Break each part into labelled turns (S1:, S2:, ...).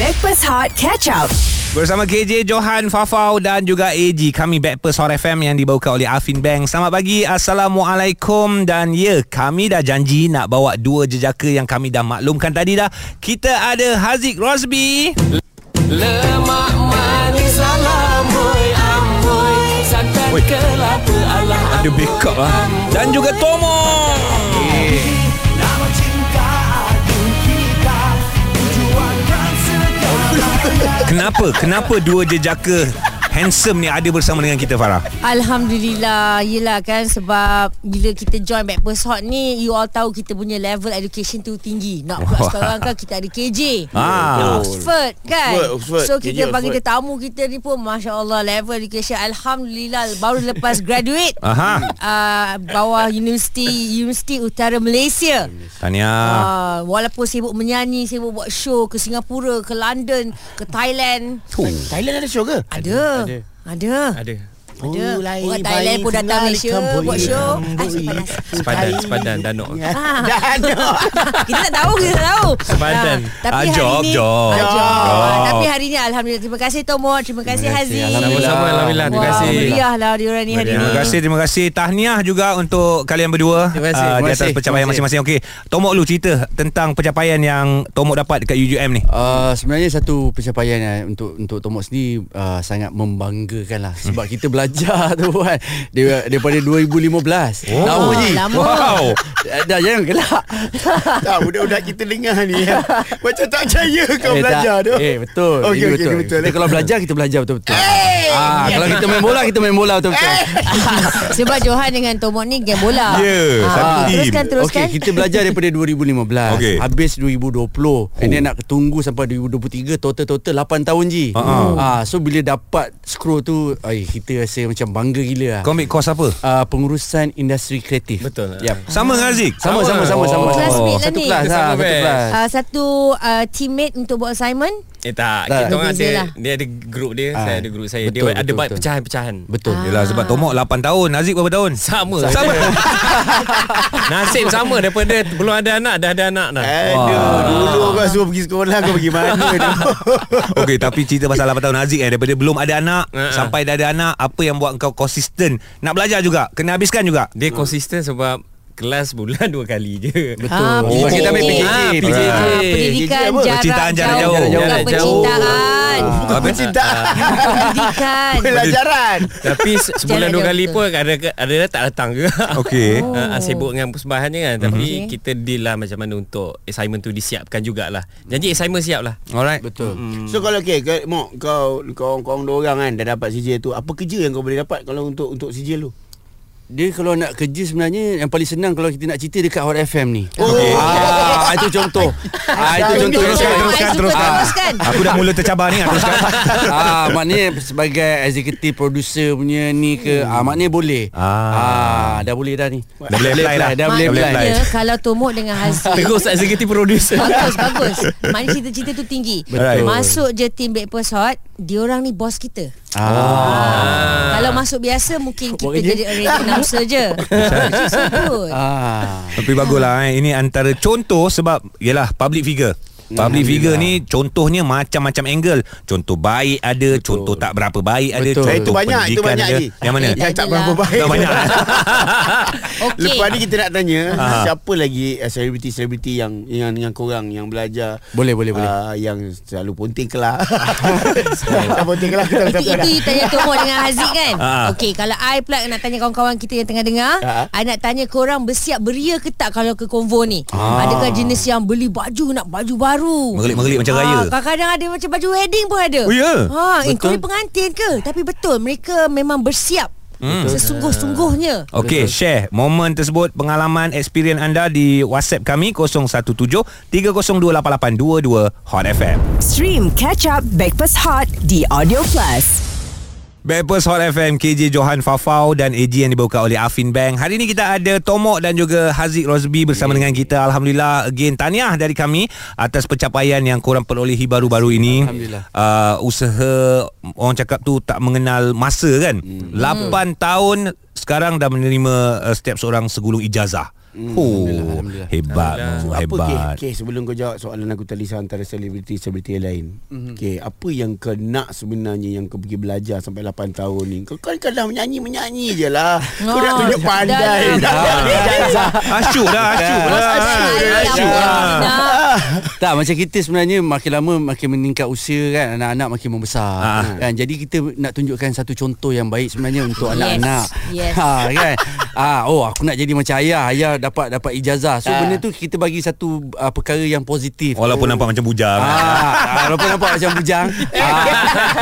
S1: Backpass Hot Catch Up.
S2: Bersama KJ, Johan, Fafau dan juga AG Kami Backpers Hot FM yang dibawakan oleh Afin Bank Selamat pagi, Assalamualaikum Dan ya, kami dah janji nak bawa dua jejaka yang kami dah maklumkan tadi dah Kita ada Haziq Rosby
S3: Lemak manis alamoy amoy Santan
S2: Oi.
S3: kelapa ala
S2: Ada backup lah Dan juga Tomo Kenapa? Kenapa dua jejaka handsome ni ada bersama dengan kita Farah?
S4: Alhamdulillah Yelah kan Sebab Bila kita join Backpast Hot ni You all tahu Kita punya level education tu tinggi Nak pula
S2: Wah.
S4: sekarang kan Kita ada KJ
S2: Ah.
S4: Oxford kan
S5: Oxford, Oxford.
S4: So kita
S5: KJ
S4: bagi
S5: Oxford.
S4: tetamu kita ni pun Masya Allah Level education Alhamdulillah Baru lepas graduate
S2: Aha.
S4: uh, Bawah universiti Universiti Utara Malaysia
S2: Tahniah.
S4: Ah, walaupun sibuk menyanyi, sibuk buat show ke Singapura, ke London, ke Thailand.
S5: Thailand ada show ke? Oh,
S4: Ada. Ada. Ada.
S3: Ada
S4: Ada. Orang Thailand pun datang Malaysia buat show. Ah, sepanas.
S3: Sepadan, sepadan, danuk
S4: Ah.
S5: Danok.
S4: kita tak tahu Kita tak tahu
S3: Sepadan.
S4: Ah, Tapi
S2: Ah,
S4: hari
S2: job,
S4: ini
S2: job.
S4: Ah,
S2: Job.
S4: Ah, Tapi hari ini Alhamdulillah Terima kasih Tomo Terima kasih Haziq
S3: Sama-sama Alhamdulillah Terima kasih
S4: Wah, meriah lah diorang ni hari
S2: Terima
S4: ni
S2: kasih, terima kasih. Tahniah juga untuk kalian berdua
S3: Terima kasih,
S2: ah,
S3: terima
S2: di atas
S3: kasih,
S2: pencapaian
S3: terima
S2: masing-masing. Okey, Tomok dulu cerita tentang pencapaian yang Tomok dapat dekat UUM ni.
S6: Uh, sebenarnya satu pencapaian uh, untuk untuk Tomok sendiri uh, sangat membanggakan lah sebab kita belajar tu kan dia, daripada 2015 oh, lama
S4: Wah,
S6: je Eh,
S4: Lama
S2: Wow.
S6: dah, dah jangan gelak
S5: Tak, budak-budak kita dengar ni. ya. Macam tak percaya kau
S6: Eh,
S5: belajar
S6: tak.
S5: tu.
S6: eh betul
S5: Okey, okey,
S6: Ini
S5: ini betul,
S6: kita
S5: eh.
S6: kalau belajar kita belajar betul-betul ah kalau kita main bola kita main bola betul-betul
S4: Eh. Sebab Johan dengan Tomok ni Game bola
S2: Ya, satu
S4: Ah,
S2: team.
S4: Teruskan teruskan Ah,
S6: Okey, kita belajar daripada 2015.
S2: Okey.
S6: Habis 2020. Oh. And then nak tunggu sampai 2023 total-total 8 tahun je.
S2: Ah,
S6: Ah, so bila dapat scroll tu, ay, kita rasa macam bangga gila lah.
S2: Kau ambil kos apa?
S6: Uh, pengurusan industri kreatif.
S3: Betul.
S6: Yep.
S2: Sama dengan Aziz.
S6: Sama sama sama sama.
S2: Oh.
S4: Classmate lah
S6: satu
S4: ni.
S6: kelas
S3: Kita
S6: ha,
S3: sama
S6: satu
S3: batch.
S6: kelas.
S4: Ah, Satu ah, teammate Untuk buat assignment
S3: Eh tak
S6: Tak.
S3: Kita orang ada
S4: Berbeza lah.
S3: Dia ada grup dia Saya
S6: Ah,
S3: ada grup saya Dia
S6: betul,
S3: ada
S6: betul,
S3: buat
S6: betul.
S3: pecahan-pecahan
S6: Betul.
S4: Ah.
S2: Yelah sebab Tomok 8 tahun Aziz berapa tahun?
S3: Ah. Sama Sama Nasib sama Daripada belum ada anak Dah ada anak dah
S6: Eh.
S5: Aduh, dulu kau suruh pergi sekolah kau pergi mana
S4: Kan,
S5: tu?
S2: Okey tapi cerita pasal 8 tahun Aziz eh Daripada belum ada anak
S3: Ha-ha.
S2: Sampai dah ada anak Apa yang buat kau konsisten Nak belajar juga Kena habiskan juga
S3: Dia konsisten sebab Kelas bulan dua kali je
S4: Ah,
S6: Oh,
S4: PJJ.
S6: kita ambil PJJ.
S3: Ah,
S6: Ah,
S3: PJJ.
S4: Ah, Pendidikan
S5: Apa?
S4: jarak
S2: Percintaan jarak
S4: jauh
S2: jauh.
S4: Bukan
S3: Jarak jauh.
S4: Percintaan
S5: Bukan percintaan.
S4: Pendidikan
S5: Pelajaran.
S3: Ah, Tapi se- sebulan
S4: Jalan
S3: dua
S4: dia
S3: kali
S4: betul.
S3: pun ada ada tak datang juga.
S2: Okey.
S3: Oh. Uh, sibuk dengan persembahannya kan Tapi
S4: Okey.
S3: kita deal lah macam mana untuk Assignment tu disiapkan jugalah Janji assignment siap lah
S2: Alright
S6: Betul.
S5: So kalau okay, kau, Mok, kau kau kau orang dua orang kan dah dapat sijil tu, apa kerja yang kau boleh dapat kalau untuk untuk sijil tu?
S6: Dia kalau nak kerja sebenarnya yang paling senang kalau kita nak cerita dekat Hot FM ni.
S5: Okey.
S6: Ah, itu contoh. Ah, itu
S2: Teruskan,
S4: Teruskan,
S6: contoh yang
S2: teruskan,
S6: baik.
S4: teruskan,
S2: teruskan.
S4: teruskan.
S2: Aku dah mula tercabar ni.
S4: Ah.
S2: Teruskan.
S6: ah maknanya sebagai executive producer punya ni ke ah maknanya boleh.
S2: Ah.
S6: Ah, dah boleh dah ni.
S2: Dah boleh apply dah.
S6: Dah boleh apply. Ah.
S4: Maknanya kalau Tomok dengan Haziq
S3: Terus executive producer
S4: Bagus bagus Maknanya cita-cita tu tinggi
S2: Betul.
S4: Masuk je team Backpast Hot Diorang ni bos kita ah. Kalau masuk biasa Mungkin kita
S6: Buat kerja.
S4: jadi radio announcer je So good
S6: Ah.
S2: Tapi baguslah eh. Ini antara contoh sebab Yelah public figure
S5: Hmm.
S2: Public figure ni contohnya macam-macam angle. Contoh baik ada, Betul. contoh tak berapa baik ada,
S6: Betul.
S2: contoh
S6: Eh,
S5: itu banyak, itu
S2: Oh, pendidikan
S5: banyak, Ya.
S2: ada.
S5: Ji.
S2: Yang mana?
S4: Eh,
S5: Yang tak berapa
S4: Adalah.
S5: baik.
S2: Dah banyak.
S4: Okay
S5: Lepas ni kita nak tanya
S6: Ha.
S2: Ah.
S5: siapa lagi eh, selebriti-selebriti yang yang yang korang yang belajar
S6: Boleh, boleh, boleh.
S5: Ah, yang selalu ponting kelah. Siapa ponting kelah kita
S4: Itu,
S5: siapa
S4: itu
S5: dah.
S4: you tanya Tomok dengan Haziq kan
S2: Ah.
S4: Okey Kalau I pula nak tanya kawan-kawan kita Yang tengah dengar
S5: Ah.
S4: I nak tanya korang Bersiap beria ke tak Kalau ke konvo ni
S2: Ah.
S4: Adakah jenis yang Beli baju Nak baju baru
S2: Merelik-merelik macam raya.
S4: Ah, Kadang-kadang ada Macam baju wedding pun ada
S2: Oh, ya?
S4: ha, eh, Kau ni pengantin ke Tapi betul Mereka memang bersiap hmm. Sesungguh-sungguhnya
S2: Okey, share momen tersebut, pengalaman, experience anda di WhatsApp kami 017 3028822 Hot FM.
S1: Stream Catch Up Backpass Hot di Audio Plus.
S2: Backpast Hot FM KJ Johan Fafau dan AG yang dibawa oleh Afin Bank. Hari ini kita ada Tomok dan juga Haziq Rosby bersama dengan kita. Alhamdulillah again tahniah dari kami atas pencapaian yang korang perolehi baru-baru ini.
S6: Alhamdulillah.
S2: Uh, usaha orang cakap tu tak mengenal
S6: Hmm.
S2: masa kan. 8 tahun sekarang dah menerima uh, setiap seorang segulung ijazah. Hmm, oh,
S6: Alhamdulillah, Alhamdulillah.
S2: hebat. Alhamdulillah.
S5: Apa
S2: Hebat.
S5: okay, okay, sebelum kau jawab soalan aku tadi antara selebriti-selebriti yang lain.
S6: Mhm.
S5: Mm-hmm. Okay, apa yang kau nak sebenarnya yang kau pergi belajar sampai 8 tahun ni? Kau kan kadang menyanyi-menyanyi je lah. Kau nak
S6: Ah,
S4: Oh,
S5: tunjuk pandai.
S4: dah
S5: Dah, dah, dah, dah.
S2: Asyuk dah, asyuk
S4: Bos
S2: lah.
S4: asyik
S5: asyik.
S6: lah.
S4: Nak
S6: Tak macam kita sebenarnya makin lama makin meningkat usia kan anak-anak makin membesar
S2: Ah.
S6: ha. kan jadi kita nak tunjukkan satu contoh yang baik sebenarnya untuk
S4: Yes,
S6: anak-anak.
S4: yes.
S6: Ha kan. ah oh aku nak jadi macam ayah ayah dapat dapat ijazah. So
S5: Ah.
S6: benda tu kita bagi satu uh, perkara yang positif.
S2: Walaupun nampak macam bujang.
S6: Ah, walaupun nampak macam bujang. Ah,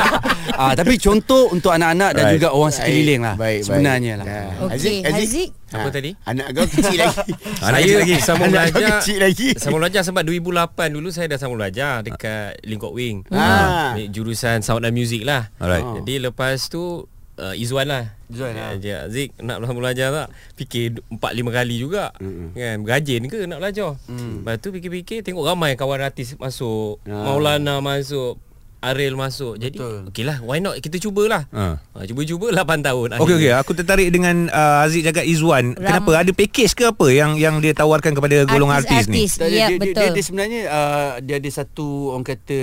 S6: ah, tapi contoh untuk anak-anak dan
S2: Right.
S6: juga orang sekeliling lah
S5: Baik, Ya. baik.
S6: sebenarnya lah.
S5: Dah.
S4: Okey, Haziq.
S3: Apa
S5: Ha,
S3: tadi?
S5: Anak kau kecil lagi.
S2: Anak dia lagi.
S3: Sambung
S5: Anak kau
S3: belajar
S5: kecil lagi.
S3: Sambung belajar sebab 2008 dulu Saya dah sambung belajar Dekat Lingkok Wing
S5: Ah.
S3: ah. Jurusan sound and music lah
S2: Alright.
S3: Jadi lepas tu uh, Izzuan lah
S6: Izzuan, ah.
S3: Dia, Zik nak sambung belajar tak Fikir 4-5 kali juga mm kan, Rajin ke nak belajar mm. Lepas tu fikir-fikir Tengok ramai kawan artis masuk
S5: Ah.
S3: Maulana masuk Ariel masuk Jadi okey lah Why not Kita cubalah
S2: Ah.
S3: Ah, Cuba-cuba 8 tahun
S2: Okey ah. okey,
S3: akhirnya.
S2: aku tertarik dengan uh, Aziz jaga Izwan.
S4: Ram-
S2: Kenapa? Ada package ke apa yang yang dia tawarkan kepada golongan artis, ni?
S4: Artis-artis.
S6: Tak,
S4: Ya,
S6: dia, Dia,
S4: betul.
S6: dia, dia sebenarnya uh, dia ada satu orang kata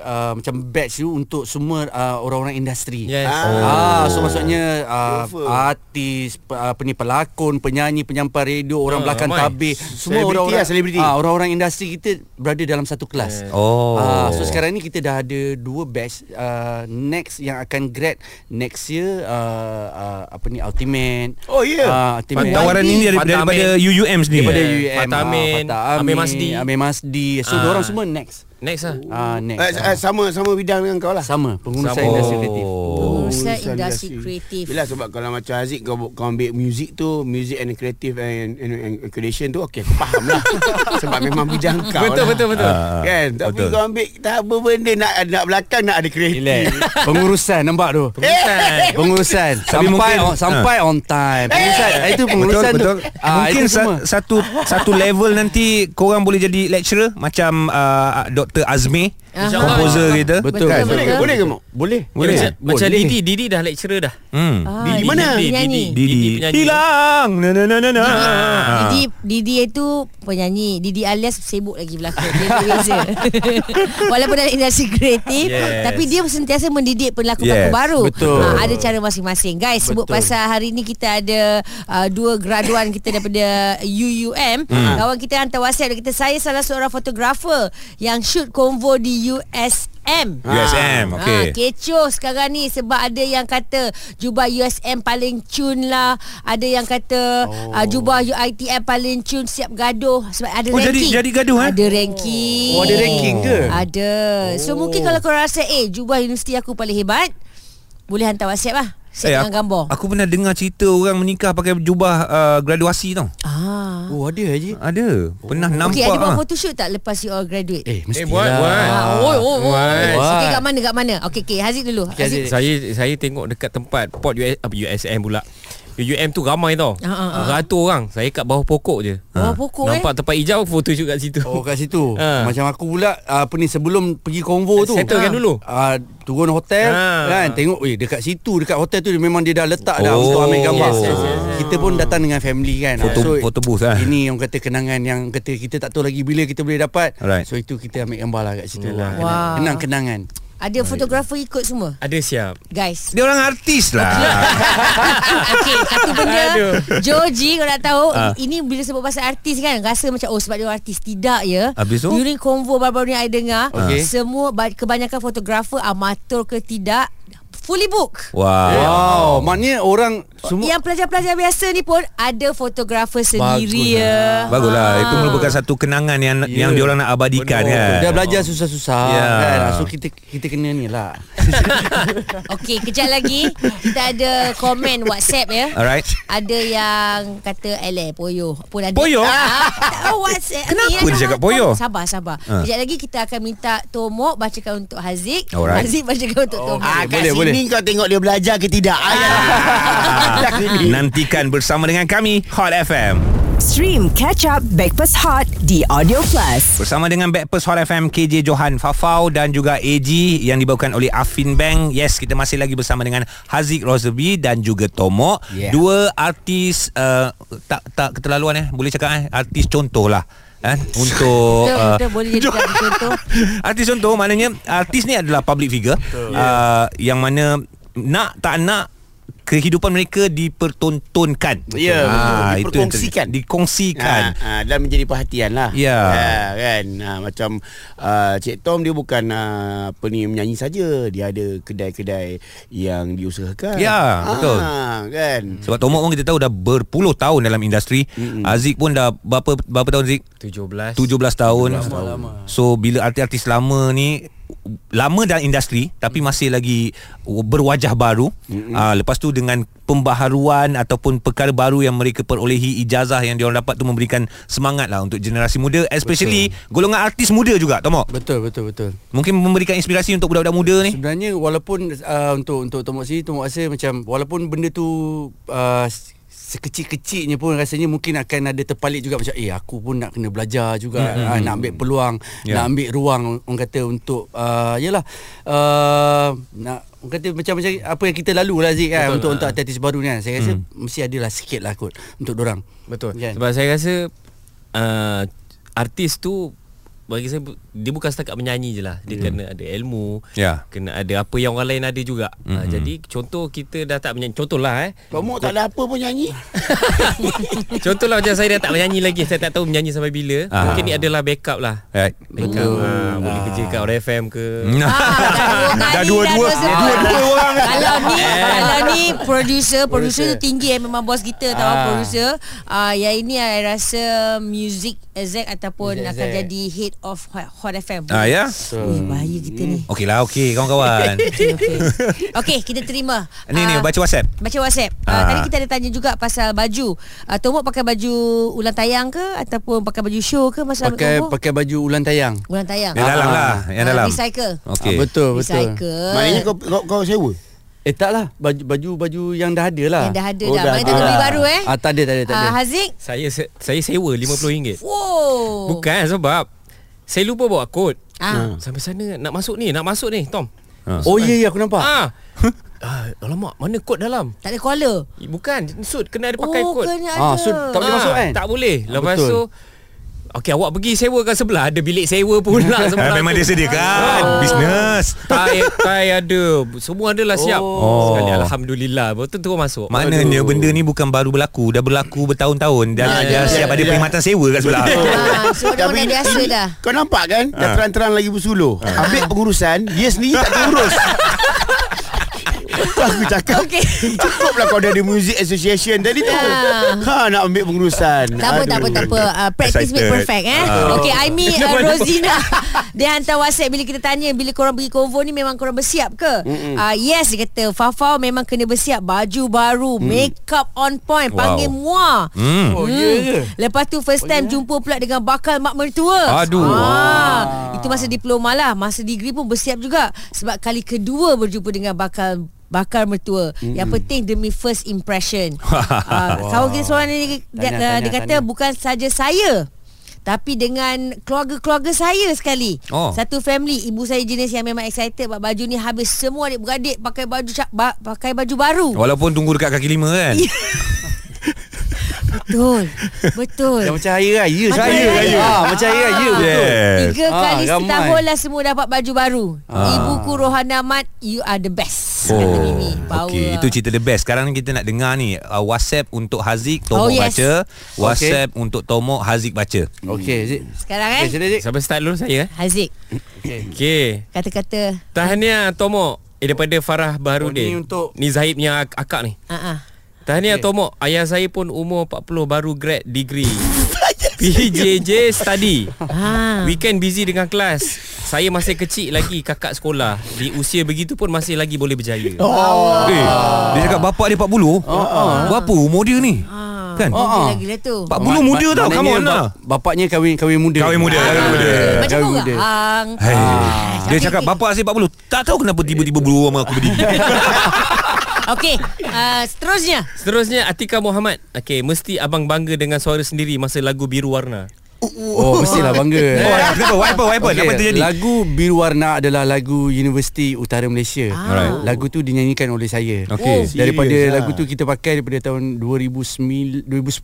S6: uh, macam batch tu untuk semua uh, orang-orang industri.
S5: Ya.
S3: Yes
S6: Ah, so maksudnya uh,
S5: Lover.
S6: artis, pe- apa ni pelakon, penyanyi, penyampai radio, orang
S3: Ah,
S6: belakang
S3: ramai.
S6: tabir, semua
S5: Selebriti
S6: orang-orang
S5: lah, selebriti. Ya.
S6: Ah, orang-orang industri kita berada dalam satu kelas.
S2: Oh.
S6: Ah, so sekarang ni kita dah ada dua batch uh, next yang akan grad next year uh, uh, apa ni ultimate.
S5: Oh, ya.
S6: Ah, ultimate.
S2: Tawaran ini dari,
S3: Fatah
S2: daripada UUM sendiri.
S6: daripada
S3: Yeah.
S6: UM
S3: Fatah
S6: ah,
S3: Amin,
S6: Fatah
S3: Amir Masdi.
S6: Amir Masdi So
S3: Ah.
S6: diorang semua next
S3: Next lah
S6: Ah next
S5: Eh,
S6: Ah.
S5: eh, sama sama bidang dengan kau lah.
S6: Sama Oh, Pengurusan
S3: Sama. Oh.
S6: industri kreatif
S4: Pengurusan
S5: Pengurusan
S4: industri kreatif.
S5: Yelah sebab kalau macam Aziz kau, kau ambil music tu Music and creative and, and, and creation tu Okay aku faham lah Sebab memang bujang kau
S3: Betul,
S5: lah.
S3: betul, betul.
S5: Ah, Kan Tapi
S2: betul.
S5: kau ambil tak apa benda Nak nak belakang nak ada
S6: Relax
S5: kreatif
S6: Pengurusan nampak tu
S3: Bukan
S6: Pengurusan Sampai
S2: mungkin-
S6: on, Sampai on time Pengurusan eh, Itu
S2: Betul,
S6: pengurusan
S2: betul.
S6: tu Ah,
S2: Mungkin
S6: itu semua.
S2: sa- satu satu level nanti korang boleh jadi lecturer macam uh, Dr Azmi,
S4: Aha.
S2: komposer kita.
S6: Betul.
S2: Kan?
S5: Boleh ke?
S4: Betul.
S5: Boleh ke Mok? Boleh
S2: Boleh.
S3: Macam, macam
S6: Boleh.
S3: Didi Didi dah lecturer dah
S2: Hmm.
S4: Ah,
S3: Didi
S4: Didi
S5: mana?
S3: Didi,
S4: Penyanyi.
S3: Didi, Didi
S2: Didi.
S3: penyanyi
S2: Hilang. Na na na na na. Ah.
S4: Didi Didi itu penyanyi Didi alias sibuk lagi berlakon Dia berbeza Walaupun dalam industri kreatif
S3: Yes.
S4: yes. Tapi dia sentiasa mendidik pelakon-pelakon
S2: Yes,
S4: baru
S6: betul.
S4: Ah, Ada cara masing-masing Guys sebut
S6: Betul.
S4: pasal hari ni kita ada uh, Dua graduan kita daripada UUM hmm. Kawan kita hantar whatsapp kita Saya salah seorang fotografer Yang shoot konvo di USM
S2: Ah. USM, okey.
S4: Ha, kecoh sekarang ni sebab ada yang kata jubah USM paling cun lah. Ada yang kata oh. uh, jubah UITM paling cun siap gaduh sebab ada
S2: Oh, jadi-
S4: ranking.
S2: jadi gaduh, eh?
S4: Ada ranking.
S6: Oh, ada ranking Oh. ke?
S4: Ada. So mungkin kalau kau rasa eh jubah universiti aku paling hebat, boleh hantar WhatsApp lah. Set dengan
S2: Eh,
S4: gambar.
S2: Aku pernah dengar cerita orang menikah pakai jubah uh, graduasi tau.
S4: ah.
S6: Oh ada je
S2: Ada. Pernah
S4: Okey,
S2: nampak.
S4: ada buat
S2: ah.
S4: photoshoot tak lepas you all graduate?
S6: Eh mesti
S3: Eh buat buat
S4: Ah, oh, oh, oh.
S3: Buat.
S4: Okey, kat mana kat mana? Okey, okey, Haziq dulu.
S6: Okey,
S4: Haziq.
S6: Haziq.
S3: Saya saya tengok dekat tempat Port US, apa, USM pula UM tu ramai tau
S4: Ah, ah, ah.
S3: Ratus orang Saya kat ha. bawah pokok je Ha.
S4: Bawah pokok, eh?
S3: Nampak tempat hijau Foto juga kat situ
S6: Oh kat situ
S3: Ah.
S6: Macam aku pula Apa ni sebelum pergi konvo tu
S3: Settlekan
S6: Ah.
S3: kan dulu.
S6: ah, Turun hotel
S3: Ah.
S6: kan Tengok eh, dekat situ Dekat hotel tu dia Memang dia dah letak dah
S2: Oh.
S6: Untuk ambil gambar
S3: Yes, yes, yes,
S6: Kita pun datang dengan family kan
S2: Photo- photo booth lah.
S6: Ini yang kata kenangan Yang kata kita tak tahu lagi Bila kita boleh dapat
S2: Alright.
S6: So itu kita ambil gambar lah kat situ lah
S4: Wah.
S6: Kenang kenangan
S4: Ada fotografer ikut semua.
S3: Ada siap
S4: Guys.
S2: Dia orang artis lah.
S4: Okey, satu benda
S3: Aduh.
S4: Joji kau nak tahu
S2: Ah.
S4: Ini bila sebut pasal artis kan Rasa macam oh sebab dia orang artis Tidak ya
S2: Habis tu?
S4: During convo baru-baru ni I dengar
S6: Okey.
S4: Semua ba- kebanyakan fotografer Amatur ke tidak Fully book
S2: Wow.
S3: Ah.
S6: Wow Maknanya orang semua
S4: Yang pelajar-pelajar biasa ni pun Ada fotografer sendiri ya
S6: Baguslah.
S2: Baguslah
S4: Ah.
S2: itu merupakan satu kenangan yang
S6: Ya.
S2: yeah. yang diorang nak abadikan kan.
S3: Benar.
S6: Dah belajar susah-susah
S2: Ya.
S6: kan So kita kita kena ni lah
S4: Ah. Okey, kejap lagi Kita ada komen WhatsApp ya
S2: Alright.
S4: Ada yang kata Eleh poyo pun ada.
S2: Poyo?
S4: Ah, tak, oh, WhatsApp.
S2: Kenapa
S4: Ni,
S2: dia cakap poyo?
S4: Sabar sabar.
S2: Ah.
S4: Kejap lagi kita akan minta Tomok bacakan untuk Haziq.
S2: Alright.
S4: Haziq bacakan untuk oh, Tomok.
S5: Ah, kat
S6: Boleh, boleh.
S5: sini kau tengok dia belajar ke tidak ah.
S2: Nantikan bersama dengan kami Hot FM.
S1: Stream Catch Up Backpass Hot di Audio Plus.
S2: Bersama dengan Backpers Hot FM KJ Johan Fafau dan juga AG yang dibawakan oleh Afin Bank. Yes, kita masih lagi bersama dengan Haziq Rozabi dan juga Tomo. Yeah.
S6: Yeah.
S2: Dua artis uh, tak tak keterlaluan eh. Boleh cakap eh artis contoh lah. Eh, untuk
S4: Kita,
S2: uh,
S4: kita boleh jadikan contoh
S2: artis contoh maknanya artis ni adalah public figure uh, yang mana nak tak nak kehidupan mereka dipertontonkan.
S5: Ya, betul.
S2: Ah, itu yang ter-
S5: Diperkongsikan.
S2: Dikongsikan.
S5: Ha, ha, dan menjadi perhatian lah.
S2: Ya.
S5: Ha, kan. Ha, macam uh, Cik Tom dia bukan uh, apa ni menyanyi saja. Dia ada kedai-kedai yang diusahakan.
S2: Ya, betul.
S5: Ha, kan.
S2: Sebab Tomok pun kita tahu dah berpuluh tahun dalam industri. Mm-hmm. Aziz pun dah berapa berapa tahun Aziz? 17
S3: 17
S2: tahun. So bila artis-artis lama ni lama dalam industri tapi masih lagi berwajah baru. Mm-hmm. Aa, lepas tu dengan pembaharuan ataupun perkara baru yang mereka perolehi ijazah yang diorang dapat tu memberikan semangat lah untuk generasi muda especially Betul. golongan artis muda juga Tomok.
S6: Betul betul betul.
S2: Mungkin memberikan inspirasi untuk budak-budak muda ni.
S6: Sebenarnya walaupun uh, untuk untuk Tomok sini Tomok rasa macam walaupun benda tu uh, se- sekecil-kecilnya pun rasanya mungkin akan ada terpalit juga macam eh aku pun nak kena belajar juga mm-hmm. uh, nak ambil peluang
S2: Ya.
S6: yeah. nak ambil ruang orang kata untuk uh, yalah uh, nak orang kata macam macam apa yang kita lalu lah Zik kan untuk untuk artis baru ni kan saya rasa mm. mesti adalah sikit lah kot untuk orang
S3: Betul
S6: Kan?
S3: Sebab saya rasa uh, Artis tu Bagi saya bu- Dia bukan setakat menyanyi je lah Dia
S6: Hmm.
S3: yeah. kena ada ilmu
S2: Ya.
S3: Kena ada apa yang orang lain ada juga
S6: Hmm,
S3: mm-hmm. uh, Jadi contoh kita dah tak menyanyi Contohlah eh
S5: Tomok tak ada apa pun nyanyi.
S4: Eh.
S3: Contohlah macam saya dah tak menyanyi lagi Saya tak tahu menyanyi sampai bila
S2: Ah.
S3: Mungkin ni adalah backup lah
S2: Right.
S3: Backup ha, Boleh
S6: Ah.
S3: kerja kat RFM ke
S2: Ah,
S4: Ah,
S2: Dah dua-dua dua-dua orang. Eh.
S4: Kalau ni Kalau ni Producer Producer tu tinggi eh, Memang bos kita tau
S6: Ah.
S4: Producer uh, Yang ini I rasa Music Zack ataupun
S6: Music
S4: Akan
S6: Zack.
S4: jadi Head of Hot, Hot FM
S2: Ah ya.
S4: Ui, bahaya kita ni
S2: Okey lah okey kawan-kawan.
S4: Okay, okay kita terima
S2: Ni ni
S4: Ah,
S2: baca WhatsApp.
S4: Baca WhatsApp. Uh,
S2: Ah.
S4: Tadi kita ada tanya juga pasal baju. Uh, Tomok pakai baju ulang tayang ke ataupun pakai baju show ke masa
S6: pakai
S4: ambil combo?
S6: pakai baju ulang tayang
S4: ulang tayang.
S2: Yang dalam lah Yang
S4: Ah,
S2: dalam
S4: Recycle.
S2: Okey
S6: Ah, betul betul
S4: Recycle.
S5: Maknanya kau, kau, kau sewa?
S6: eh tak lah baju baju baju yang dah ada lah
S4: Yang dah ada
S5: Oh,
S4: dah.
S5: dah
S4: Maknanya
S5: ada.
S4: tak ada beli baru eh.
S6: Ah, tak ada, tak ada, tak ada.
S4: Ah, Haziq.
S3: Saya se- saya sewa RM50
S4: Oh. Wow.
S3: Bukan sebab Saya lupa bawa kod
S4: Ah.
S6: Hmm.
S3: ha. Sampai sana Nak masuk ni Nak masuk ni Tom
S6: oh ya ya aku nampak
S3: Ah. ah. Alamak mana kod dalam
S4: Tak ada collar.
S3: Eh, Bukan Sud kena ada pakai
S4: oh,
S3: kod
S4: kena ada.
S6: Ah, so tak boleh masuk kan?
S3: Tak boleh Lepas
S6: betul.
S3: tu Okey awak pergi sewa kat sebelah Ada bilik sewa pula
S2: Ah,
S3: sebelah
S2: Memang
S3: tu.
S2: dia sediakan
S6: Ah.
S3: Oh.
S2: Business
S3: Tai, tai ada Semua adalah siap
S2: Oh.
S3: Sekali Alhamdulillah Lepas tu terus masuk
S2: Maknanya benda ni bukan baru berlaku Dah berlaku bertahun-tahun Dah, dah
S5: Ya, ya,
S2: siap
S5: ya,
S2: ada
S5: ya.
S2: perkhidmatan sewa kat sebelah
S4: Ah, so dah
S5: Tapi-
S4: orang dah biasa dah.
S5: Kau nampak kan? Dah
S2: Ah.
S5: terang-terang lagi bersuluh. Ambil pengurusan, dia sendiri tak terurus. Tu aku cakap
S4: Okey.
S5: Cukup lah kau dah ada Music Association Tadi tu
S4: Ya.
S5: Ha nak ambil pengurusan
S4: Tak apa, tak apa, tak apa. Uh, practice
S2: Excited.
S4: make
S2: Ah.
S4: perfect eh. Uh. Okay, Aimi uh, Rosina. dia hantar WhatsApp bila kita tanya bila korang pergi konvo ni memang korang bersiap ke? Uh, yes, dia kata Fafau memang kena bersiap baju baru, make up on point, panggil
S2: Mm. Wow.
S4: muah.
S2: hmm.
S6: oh ya Oh, ke
S4: Lepas tu first time jumpa pula dengan bakal mak mertua.
S2: Aduh.
S4: Ah, itu masa diploma lah, masa degree pun bersiap juga sebab kali kedua berjumpa dengan bakal bakal mertua.
S6: Hmm.
S4: Mm-hmm. Yang penting demi first impression. ah, kawan kita seorang ni dia, dia,
S6: Tahniah,
S4: dia
S6: tahniah,
S4: kata
S6: tahniah.
S4: bukan saja saya tapi dengan keluarga-keluarga saya sekali.
S2: Oh.
S4: Satu family, ibu saya jenis yang memang excited buat baju ni habis semua adik-beradik pakai baju ca- ba- pakai baju baru.
S2: Walaupun tunggu dekat kaki lima kan
S4: Betul. Betul.
S2: Eh.
S6: Dah macam hari raya
S4: Macam
S6: saya.
S4: hari
S2: kan?
S4: raya.
S6: Ah, macam hari raya betul.
S2: Yes
S4: Tiga
S6: Ah,
S4: kali
S6: ramai.
S4: setahun lah semua dapat baju baru. Ibuku Rohana Mat, you are the best. Kata Mimi.
S2: Oh,
S4: Power. lah.
S2: Okey, itu cerita the best. Sekarang ni kita nak dengar ni uh, WhatsApp untuk Haziq Tomok
S4: Oh, yes.
S2: baca, WhatsApp untuk Tomok Haziq baca.
S6: Okey, Zik.
S4: Sekarang
S6: Okey,
S4: eh.
S6: sila Zik.
S3: Sampai start dulu saya eh
S4: Haziq,
S3: Okey
S4: kata-kata.
S3: Tahniah Tomok Eh daripada Farah
S6: Oh, ni
S3: Baharudin
S6: untuk-
S3: Ni Zahid punya ak- akak ni
S4: Uh-uh.
S3: Tahniah okay. Tomok Ayah saya pun umur 40 Baru grad degree PJJ study
S4: Ha.
S3: Weekend busy dengan kelas Saya masih kecil lagi Kakak sekolah Di usia begitu pun Masih lagi boleh berjaya
S2: Oh. Eh, dia cakap bapak dia 40.
S5: Ah,
S2: Berapa umur dia ni? Kan?
S4: Oh, oh. Lagi lah tu.
S2: 40 Ah, muda tau, come
S6: maknanya
S2: on lah.
S6: bap- Bapaknya kahwin kahwin muda. Ah,
S2: Kahwin muda, kahwin muda.
S4: Eh, Macam
S6: Kahwin muda.
S4: korang.
S2: Hai.
S4: Ah.
S2: Dia cakap bapa asyik 40 Tak tahu kenapa tiba-tiba berubah aku berdiri
S4: Okey, uh, seterusnya.
S3: Seterusnya Atika Muhammad. Okey, mesti abang bangga dengan suara sendiri masa lagu Biru Warna.
S6: Oh mestilah bangga
S2: Oh, kenapa? Why apa? Why apa? Apa terjadi?
S6: Lagu Biru Warna adalah lagu Universiti Utara Malaysia.
S2: Ah. Alright.
S6: Lagu tu dinyanyikan oleh saya.
S2: Okey.
S6: Oh, daripada
S5: serious,
S6: lagu
S5: ah.
S6: tu kita pakai daripada tahun 2009 2010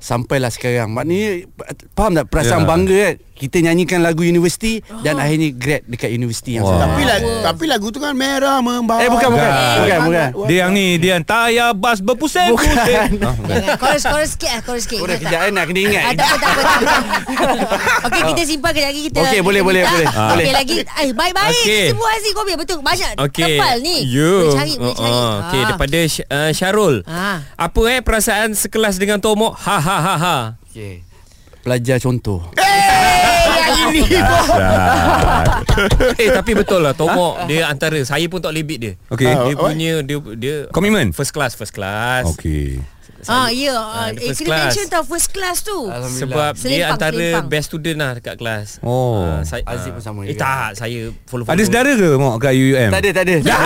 S6: sampailah sekarang. Maknanya faham tak
S2: Ya. Ah.
S6: perasaan yeah. bangga kan? Kita nyanyikan lagu universiti dan akhirnya grad dekat universiti yang
S2: Wah.
S6: sama.
S5: Tapi, lagu, tapi lagu tu kan merah membawa.
S6: Ah. Eh bukan bukan.
S2: Bukan.
S6: Bukan bukan.
S2: Dia yang ni Dia yang tayar bas berpusing-pusing
S6: Bukan.
S2: Ah, bukan.
S4: Jangan. Chorus, chorus sikit lah. Chorus sikit.
S6: Orang
S4: Ingat
S6: kejap
S4: tak?
S6: kan nak kena ingat.
S4: Ah, tak apa, tak apa, tak apa. Okey, kita simpan kejap lagi kita.
S6: Okey, boleh,
S4: kita
S6: boleh,
S4: minta.
S6: boleh.
S4: Okey,
S6: Boleh.
S4: lagi. Eh, baik-baik.
S3: Okey.
S4: Semua hasil kopi. Betul. Banyak
S3: Okey.
S4: tebal ni.
S3: You.
S4: Boleh cari, boleh cari.
S3: Oh, Okey,
S4: Ah.
S3: daripada Sy- uh, Syarul.
S4: Ah.
S3: Apa eh perasaan sekelas dengan Tomok? Ha ha ha ha.
S6: Okey. Eh, Pelajar contoh.
S3: eh tapi betul lah Tomok dia antara saya pun tak boleh beat dia.
S2: Okey.
S3: Dia punya dia dia
S2: Komitmen
S3: Ah. first class first class.
S2: Okay
S4: Ah, ya.
S3: Ah,
S4: Ah,
S3: dia
S4: eh,
S3: first
S4: kena
S3: class.
S4: mention tau first class tu.
S3: Sebab
S4: Selimpang,
S3: dia antara
S4: selimpang.
S3: best student lah dekat kelas.
S2: Oh.
S3: Ah, saya,
S6: Aziz
S3: ah.
S6: pun sama
S3: Eh
S6: juga.
S3: tak, saya follow-follow.
S2: Ada saudara ke Mok kat UUM?
S6: Tak ada, tak ada. Ya.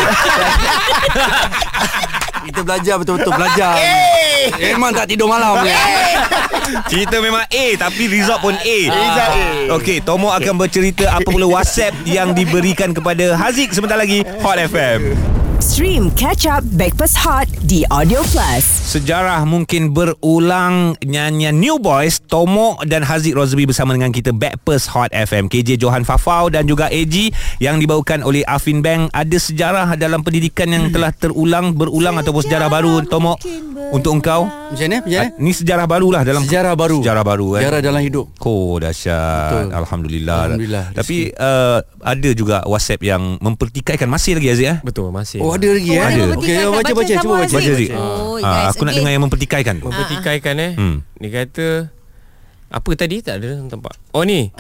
S6: Kita belajar betul-betul belajar. Memang tak tidur malam.
S2: Cerita memang A Tapi result pun A
S5: Result A.
S2: Okey Tomo akan bercerita Apa pula WhatsApp Yang diberikan kepada Haziq Sebentar lagi Hot FM
S1: Stream Catch Up Backpass Hot di Audio Plus.
S2: Sejarah mungkin berulang Nyanyian New Boys Tomo dan Haziq Rozbi Bersama dengan kita Backpers Hot FM KJ Johan Fafau Dan juga AG Yang dibawakan oleh Afin Bank Ada sejarah dalam pendidikan Yang telah terulang Berulang ataupun sejarah baru Tomo Untuk engkau
S6: Macam mana? Macam
S2: Ah,
S6: mana?
S2: Ni sejarah barulah dalam
S6: Ya. Sejarah baru.
S2: Sejarah baru eh.
S6: Sejarah dalam hidup.
S2: Oh dahsyat
S6: Betul.
S2: Alhamdulillah
S6: Alhamdulillah.
S2: Tapi uh, ada juga WhatsApp yang mempertikaikan Masih lagi Aziz eh?
S3: Betul masih.
S6: Oh ada lagi eh?
S4: Oh, ada.
S6: Okey,
S4: Baca,
S6: baca baca
S4: sama
S6: cuba baca.
S2: Baca
S4: Aziz.
S2: Aziz
S4: Oh,
S2: Ah,
S4: guys,
S2: Aku nak
S4: again.
S2: dengar yang mempertikaikan
S3: mempertikaikan eh.
S2: Hmm.
S3: Dia kata apa tadi tak ada dalam tempat. Oh ni.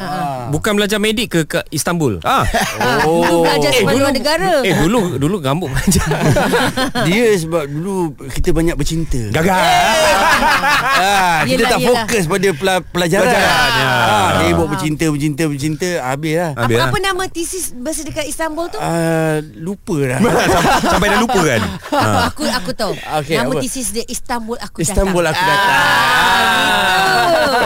S3: Bukan belajar medik ke ke Istanbul? Oh.
S2: Ah,
S4: Ah, Itu belajar sebab luar negara.
S3: Eh dulu dulu gambuk belajar.
S6: Dia sebab dulu kita banyak bercinta.
S2: Gagal
S6: Ah, kita
S4: Yelah,
S6: tak
S4: yelah.
S6: fokus pada pela- pelajaran.
S2: Pelajaran, ya.
S6: Ah, dia buat bercinta bercinta bercinta habis lah.
S2: Habis,
S4: Apa,
S2: ah.
S4: apa nama tesis bahasa dekat Istanbul tu?
S6: Ah, lupa dah.
S2: Sampai, sampai dah lupa kan
S4: Aku aku tahu.
S6: Okey,
S4: nama
S6: apa?
S4: tesis dia Istanbul aku
S6: Istanbul
S4: datang. Ah,
S6: aku datang.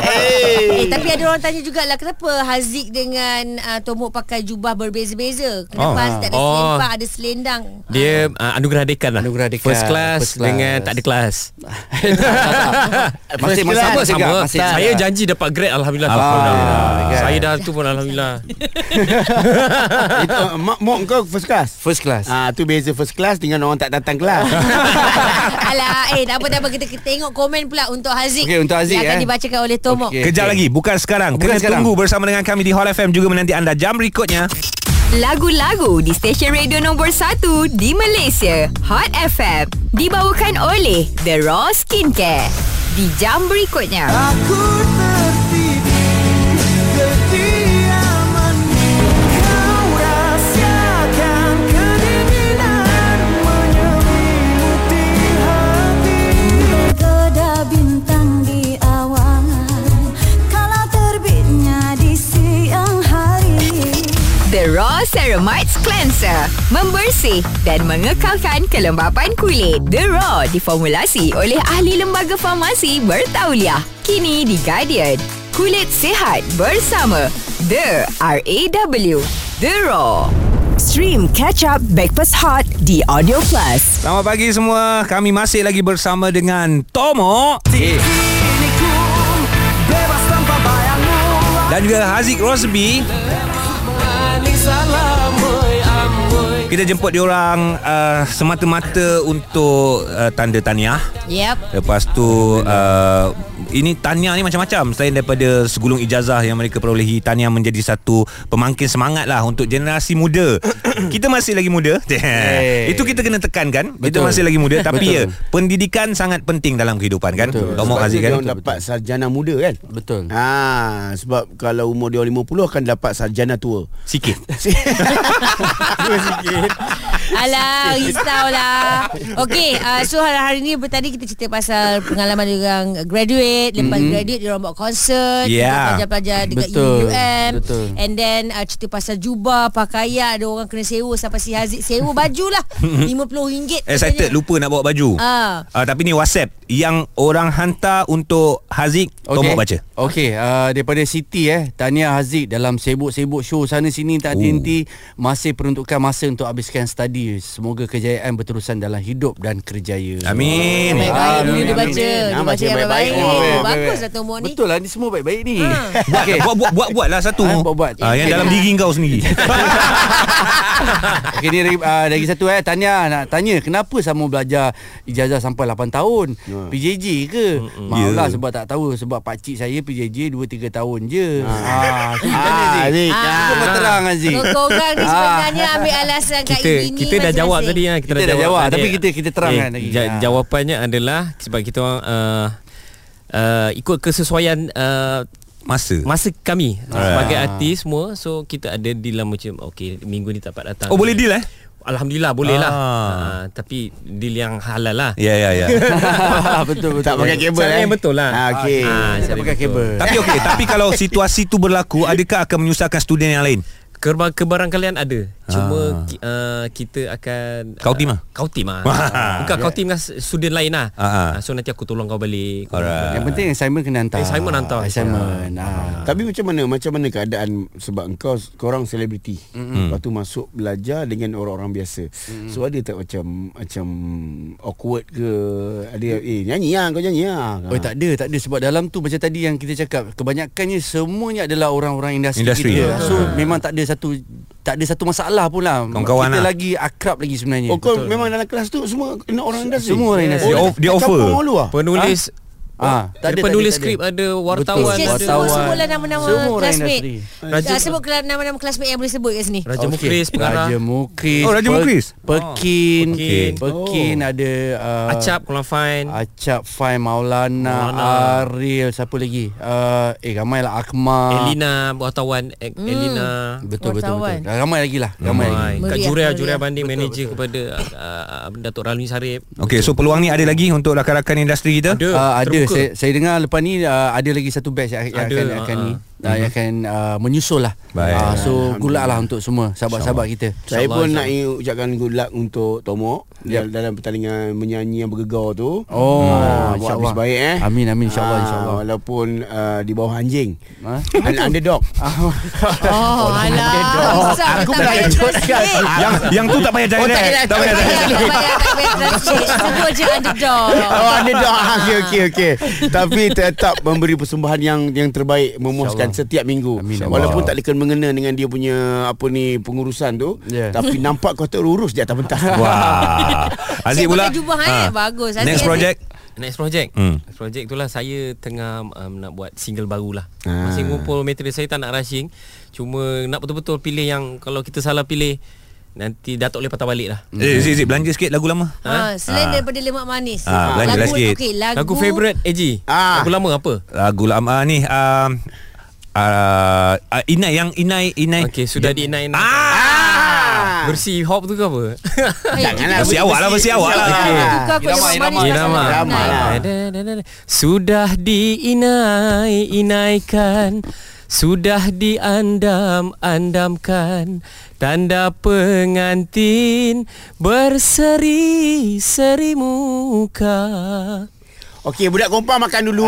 S4: Eh, tapi ada orang tanya jugalah kenapa Haziq dengan uh, Tomok pakai jubah berbeza-beza? Kenapa
S2: Oh.
S4: oh. Haziq tak ada
S3: Oh.
S4: selempang, ada selendang?
S3: Dia uh, anugerah dekan lah
S6: Anugerah dekan,
S3: First class,
S6: first class.
S3: Dengan tak ada kelas
S6: Masih
S3: First class
S6: sama
S3: pun
S6: juga, masih
S3: Saya
S6: juga.
S3: janji dapat grade Alhamdulillah
S6: Alhamdulillah, kan.
S3: Saya dah tu pun Alhamdulillah
S5: Itu, uh, mak, mak kau first class
S6: First class.
S5: Ah tu beza first class dengan orang tak datang kelas.
S4: Alah, eh tak apa tak apa kita, kita tengok komen pula untuk Haziq.
S6: Okey, untuk Haziq,
S4: Yang akan
S6: eh.
S4: dibacakan oleh Tomok.
S6: Okey.
S2: Kejap lagi Bukan sekarang
S6: Bukan
S2: Kena
S6: sekarang.
S2: tunggu bersama dengan kami Di Hot FM Juga menanti anda Jam berikutnya
S7: Lagu-lagu di stesen radio nombor 1 di Malaysia, Hot FM. Dibawakan oleh The Raw Skincare. Di jam berikutnya.
S8: Tergoda bintang di awan Kalau terbitnya di siang hari
S7: The Raw Ceramides Cleanser Membersih dan mengekalkan kelembapan kulit The Raw diformulasi oleh ahli lembaga farmasi bertauliah Kini di Guardian Kulit sihat bersama The RAW The Raw
S1: Stream Catch Up Backpass Hot di Audio Plus.
S2: Selamat pagi semua Kami masih lagi bersama dengan Tomo Dan juga Haziq Rosby Kita jemput diorang uh, Semata-mata untuk uh, Tanda tahniah
S4: Yep.
S2: Lepas tu uh, Ini tahniah ni macam-macam Selain daripada segulung ijazah Yang mereka perolehi Tahniah menjadi satu Pemangkin semangat lah Untuk generasi muda Kita masih lagi muda
S6: Yeay.
S2: Itu kita kena tekankan Kita
S6: Betul.
S2: masih lagi muda Tapi
S6: Betul.
S2: ya Pendidikan sangat penting dalam kehidupan kan Tomok
S5: Sebab
S2: Aziz
S5: tu dia
S2: kan
S5: orang dapat sarjana muda kan?
S6: Betul.
S5: Ha, sebab kalau umur dia orang 50 akan dapat sarjana tua.
S2: Sikit
S5: Sikit.
S4: Alah, risaulah. Okey, uh, so hari, hari ni tadi kita cerita pasal pengalaman orang graduate, lepas mm-hmm. graduate dia orang buat konsert,
S2: Yeah.
S4: juga pelajar-pelajar dekat
S6: Betul,
S4: UUM.
S6: betul.
S4: And then uh, cerita pasal jubah, pakaian, ada orang kena sewa sampai si Haziq sewa baju lah. RM50.
S2: Excited lupa nak bawa baju.
S4: Ah.
S2: Uh, tapi ni WhatsApp yang orang hantar untuk Haziq okay. Tomok baca.
S6: Okey, uh, daripada Siti eh. Tahniah Haziq dalam sibuk-sibuk show sana sini tak
S2: Oh.
S6: henti masih peruntukkan masa untuk habiskan study. Semoga kejayaan berterusan dalam hidup dan kerjaya.
S2: Amin.
S4: Baik-baik
S6: Ah,
S4: dulu dia baca. Dia
S5: Amin.
S4: baca yang
S5: Baik-baik.
S4: baik-baik.
S5: Oh,
S4: Oh,
S5: baik-baik.
S4: Bagus lah tu umur ni.
S6: Betul lah ni semua baik-baik ni.
S2: Buat,
S6: Okey.
S2: buat, buat, buat, buat lah satu.
S6: Ah, buat, buat.
S2: Ah, yang dalam diri kau sendiri.
S6: Okey ni lagi, uh, lagi satu eh Tanya nak tanya kenapa sama belajar ijazah sampai 8 tahun PJJ ke Maaf lah
S2: Ya.
S6: sebab tak tahu sebab pak cik saya PJJ 2 3 tahun je ha so
S5: Ah,
S6: Aziz
S5: Aziz.
S4: Ah.
S6: cuba terang Aziz
S4: Kau korang
S2: Ah.
S4: ni sebenarnya ambil alasan kat
S3: kita
S4: ini
S3: kita dah jawab tadi kan kita,
S6: Kita dah jawab,
S3: tadi. Eh,
S6: tapi kita- kita terangkan lagi.
S3: ja-
S6: Ha.
S3: jawapannya adalah sebab kita orang uh, uh, ikut kesesuaian uh,
S2: Masa.
S3: masa kami
S6: Ah.
S3: sebagai artis semua so kita ada deal lah macam okey minggu ni tak dapat datang
S2: Oh boleh deal eh?
S3: Alhamdulillah boleh lah
S2: Ah.
S3: uh, tapi deal yang halal lah
S2: Ya ya ya.
S6: betul betul
S5: Tak pakai kabel
S3: Cara
S5: eh.
S3: yang betul lah.
S5: Ah, okey.
S3: Ah,
S6: tak
S3: cara
S6: pakai
S3: betul.
S6: kabel
S2: Tapi okey, tapi kalau situasi tu berlaku, adakah akan menyusahkan student yang lain?
S3: Kebar kebarangkalian ada. Cuma ki, uh, kita akan
S2: Kau team ah?
S3: Kau team ah.
S2: Wah.
S3: Bukan kau team dengan student lain ah.
S2: Ah, ah.
S3: Ah, So nanti aku tolong kau balik.
S2: Alright.
S6: Yang penting Simon kena hantar.
S3: Eh, Simon hantar.
S6: Ah, Simon. Ha.
S5: Tapi macam mana Macam mana keadaan Sebab engkau Korang selebriti mm-hmm. Lepas tu masuk belajar Dengan orang-orang biasa mm-hmm. So ada tak macam Macam Awkward ke Ada Eh nyanyi lah Kau nyanyi lah
S6: Oh tak ada tak ada sebab dalam tu macam tadi yang kita cakap kebanyakannya semuanya adalah orang-orang industri,
S2: Industri.
S6: kita.
S2: Ah.
S6: So memang tak ada satu tak ada satu masalah pun lah.
S2: Kawan-kawan
S6: kita
S2: lah.
S6: lagi akrab lagi sebenarnya.
S5: Oh kau memang dalam kelas tu Semua orang industri
S6: Semua orang industri.
S2: Dia
S5: Oh,
S2: off- dia offer.
S5: campur orang luar?
S3: Penulis
S6: Ah,
S3: tak ada, penulis skrip ada, wartawan
S4: Just
S3: ada.
S4: sebut- sebutlah nama-nama
S6: Semua orang
S4: classmate.
S6: industri.
S4: Raja uh, sebut kela- nama-nama classmate yang boleh sebut kat sini.
S3: Ah, Raja Mukris
S6: Oh,
S3: pengarah.
S6: Raja Mukris.
S2: Oh, Raja
S6: Pe-
S2: Mukris.
S6: Pekin.
S3: Oh, Pekin.
S6: Pekin ada uh,
S3: Acap Kolam Fine.
S6: Acap Fai Maulana,
S3: Maulana.
S6: Aril siapa lagi? Uh, eh ramai lah Akmal.
S3: Elina wartawan eh,
S4: Hmm.
S3: Elina.
S6: Betul betul
S4: Wartawan.
S6: betul. Dah ramai lagi lah, ramai lagi.
S3: Ramai. Kat
S4: Meriah,
S3: Juria
S4: meriah.
S3: Juria Banding manager kepada ah, ah, Datuk Ralmi Sarip.
S2: Okey, so peluang ni ada lagi untuk rakan-rakan industri kita?
S3: Ada
S6: Uh, ada
S3: terbuka.
S6: saya, saya dengar lepas ni uh, ada lagi satu batch yang, yang
S3: Ada,
S6: akan yang akan
S3: ah,
S6: ni uh, yang akan uh, menyusul lah.
S2: Baik.
S6: Uh, so good luck lah untuk semua sahabat-sahabat kita.
S5: Saya
S3: InsyaAllah,
S5: pun nak ucapkan good luck untuk Tomok yep. dalam pertandingan menyanyi yang bergegar tu.
S6: Oh,
S5: Ah, buat
S6: insyaAllah.
S5: habis baik eh.
S6: Amin, amin, insyaAllah,
S5: Ah,
S6: insyaAllah.
S5: Walaupun uh, di bawah anjing.
S6: Ha?
S5: Dan underdog.
S4: Oh, alah. Susah
S5: Aku
S4: tak
S5: pernah
S4: payah
S5: ikut
S4: translate.
S2: Yang yang tu Ah, tak payah
S5: Oh, tak payah
S2: direct. Tak payah
S4: Tak payah,
S2: direct.
S4: tak payah, tak payah translate. Sebut je underdog.
S5: Oh underdog. Okey okey okey. Tapi tetap memberi persembahan yang yang terbaik memuaskan setiap minggu.
S6: Amin.
S5: Walaupun tak dekat mengena dengan dia punya apa ni pengurusan tu,
S6: Yeah.
S5: tapi nampak kau terurus di atas pentas.
S2: Ya. Wah. Aziz
S4: Saya
S2: pula.
S4: pakai jubah, eh.
S2: Ah.
S4: Bagus, Aziz,
S2: Next
S4: Aziz.
S2: project.
S3: Next project
S2: Hmm.
S3: hmm. Project tu lah Saya tengah um, Nak buat single baru lah
S5: Ah.
S3: ah. Masih ngumpul material Saya tak nak rushing Cuma nak betul-betul pilih yang Kalau kita salah pilih Nanti Datuk boleh patah balik lah
S2: Eh, Aziz, Aziz, belanja sikit lagu lama.
S4: Ha, selain daripada lemak manis.
S2: Ah, belanja lah
S4: lagu
S2: sikit.
S4: okey,
S3: Lagu,
S4: lagu,
S3: Lagu favourite AG
S5: Ah.
S3: ah. Lagu lama apa?
S2: Lagu lama ah, ni um, uh, uh, Inai yang Inai Inai.
S3: Okey sudah di naik
S5: Ah.
S3: Bersih hip hop tu ke apa?
S4: Eh,
S5: Janganlah
S2: Versi awak lah, versi awak lah.
S5: Okey.
S4: Tukar kot
S6: Irama,
S4: lemak manis.
S6: irama.
S4: pasal
S5: Irama.
S4: lemak manis.
S3: lah. Eh,
S5: Irama.
S3: Sudah diinai-inaikan Sudah diandam-andamkan Tanda pengantin berseri-seri muka
S5: Okey, budak kompa makan dulu.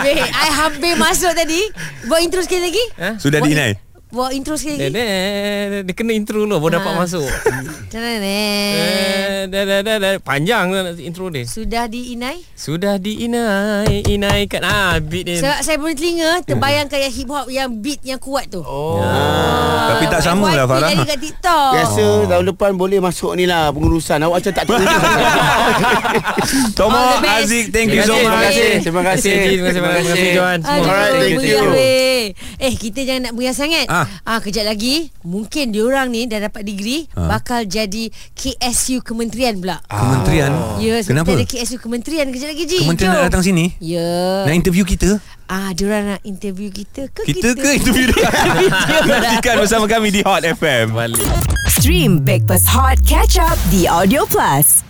S4: Weh, I hampir masuk tadi. Buat intro sekali lagi.
S2: Sudah
S4: Buat-
S2: di Inai.
S4: Buat intro sekali lagi.
S3: Dia kena intro dulu baru dapat
S4: Ah.
S3: masuk
S4: Tadadadad.
S3: Ha. Eh, dah, dah, dah, dah. Panjang lah intro dia
S4: Sudah diinai.
S3: Sudah diinai-inaikan Ah beat dia
S4: Sebab saya punya telinga terbayangkan yang hip hop yang beat yang kuat tu. Oh.
S2: Tapi tak sama lah Farah.
S4: Tadi kat TikTok.
S5: Biasa tahun depan boleh masuk ni lah pengurusan. Awak macam tak terurus.
S2: Tomo
S4: All the best.
S2: Aziz, thank you
S3: Terima
S2: so
S3: kasih,
S2: much.
S3: terima
S6: Terima
S3: kasih.
S6: kasih.
S3: Terima kasih, terima kasih, terima kasih, Johan.
S4: Aduh,
S5: Alright, thank
S4: meriah,
S5: you.
S4: weh. Eh, kita jangan nak meriah sangat.
S2: Ah.
S4: Ah. ah kejap lagi, mungkin diorang ni dah dapat degree,
S2: Ah.
S4: bakal jadi KSU Kementerian pula.
S2: Kementerian.
S4: Ya, sebab
S2: Ah. Kenapa?
S4: kita ada KSU Kementerian kejap lagi, Ji.
S2: Kementerian
S4: Jom.
S2: nak datang sini?
S4: Ya.
S2: Nak interview kita?
S4: Ah, diorang nak interview kita ke
S2: Kita ke interview dia? Nantikan bersama kami di Hot FM.
S3: Balik
S7: Stream Breakfast Hot Catch Up The Audio Plus.